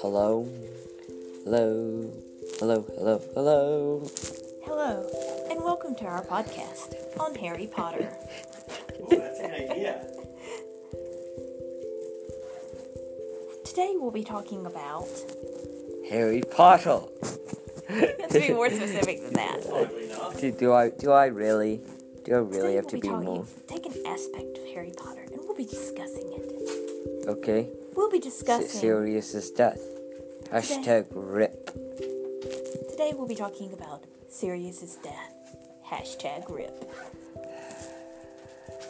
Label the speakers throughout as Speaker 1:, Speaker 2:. Speaker 1: Hello? Hello? Hello, hello, hello.
Speaker 2: Hello, and welcome to our podcast on Harry Potter.
Speaker 3: Ooh, that's an idea.
Speaker 2: Today we'll be talking about.
Speaker 1: Harry Potter.
Speaker 2: Let's be more specific than that.
Speaker 3: Oddly enough.
Speaker 1: Do, do I do I really do I
Speaker 2: Today
Speaker 1: really have
Speaker 2: we'll
Speaker 1: to be
Speaker 2: talking,
Speaker 1: more
Speaker 2: Take an aspect of Harry Potter, and we'll be discussing it.
Speaker 1: okay?
Speaker 2: We'll be
Speaker 1: S-
Speaker 2: discussing.
Speaker 1: serious as death. Hashtag rip.
Speaker 2: Today we'll be talking about Sirius's death. Hashtag rip.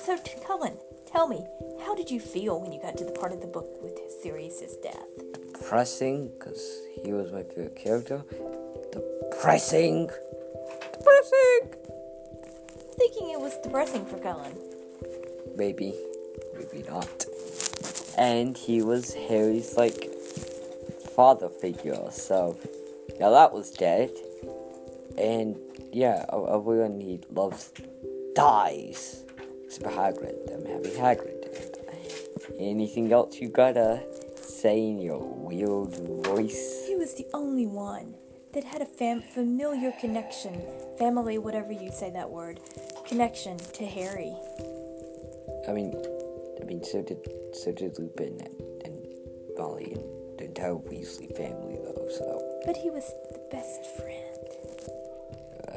Speaker 2: So, t- Cullen, tell me, how did you feel when you got to the part of the book with Sirius's death?
Speaker 1: Depressing, because he was my favorite character. Depressing. Depressing.
Speaker 2: Thinking it was depressing for Cullen.
Speaker 1: Maybe, maybe not. And he was Harry's like father figure, so now that was dead. And yeah, e- everyone he loves dies. Except for Hagrid. I'm happy Hagrid. Anything else you gotta say in your weird voice?
Speaker 2: He was the only one that had a fam- familiar connection, family, whatever you say that word, connection to Harry.
Speaker 1: I mean, I mean, so did so did Lupin and, and Molly and the entire Weasley family though. So.
Speaker 2: But he was the best friend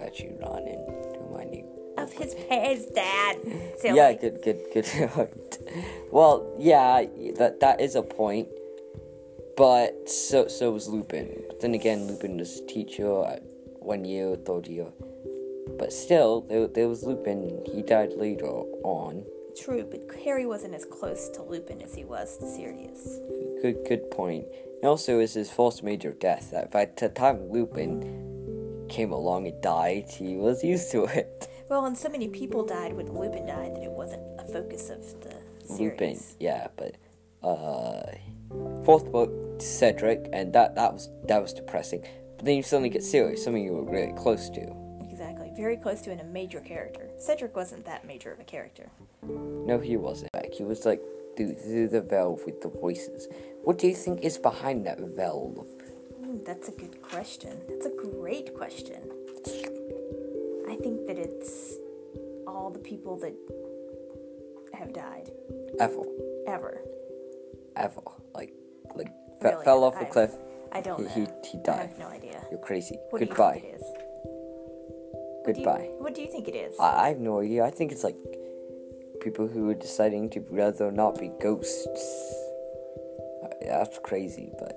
Speaker 1: actually Ron and Hermione.
Speaker 2: of his his dad. Silly.
Speaker 1: Yeah, good, good, good. well, yeah, that that is a point. But so so was Lupin. But then again, Lupin was teacher at one year, third year. But still, there, there was Lupin. He died later on.
Speaker 2: True, but Harry wasn't as close to Lupin as he was to Sirius.
Speaker 1: Good, good point. And also, is his first major death. That by the time Lupin came along and died, he was used to it.
Speaker 2: Well, and so many people died when Lupin died that it wasn't a focus of the series.
Speaker 1: Lupin, yeah, but uh, fourth book Cedric, and that that was that was depressing. But then you suddenly get serious, something you were really close to.
Speaker 2: Exactly, very close to and a major character. Cedric wasn't that major of a character.
Speaker 1: No, he wasn't. Like he was like through, through the veil with the voices. What do you think is behind that veil?
Speaker 2: Hmm, that's a good question. That's a great question. I think that it's all the people that have died
Speaker 1: Ever,
Speaker 2: ever.
Speaker 1: ever, like like fe-
Speaker 2: Really,
Speaker 1: fell off a
Speaker 2: I've-
Speaker 1: cliff.
Speaker 2: I don't know.
Speaker 1: He- he- he
Speaker 2: I
Speaker 1: died.
Speaker 2: have no idea.
Speaker 1: You're crazy.
Speaker 2: What
Speaker 1: Goodbye.
Speaker 2: Do you think it is? What do you-
Speaker 1: Goodbye.
Speaker 2: what do you think it is?
Speaker 1: I, I have no idea. I think it's like people who are deciding to rather not be ghosts. Uh, That's crazy, but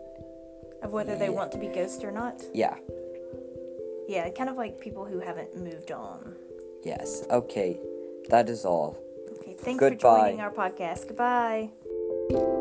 Speaker 2: of whether they want to be ghosts or not?
Speaker 1: yeah.
Speaker 2: Yeah, kind of like people who haven't moved on.
Speaker 1: Yes. Okay. That is all.
Speaker 2: Okay, thanks for
Speaker 1: Goodbye.
Speaker 2: joining our podcast. Goodbye.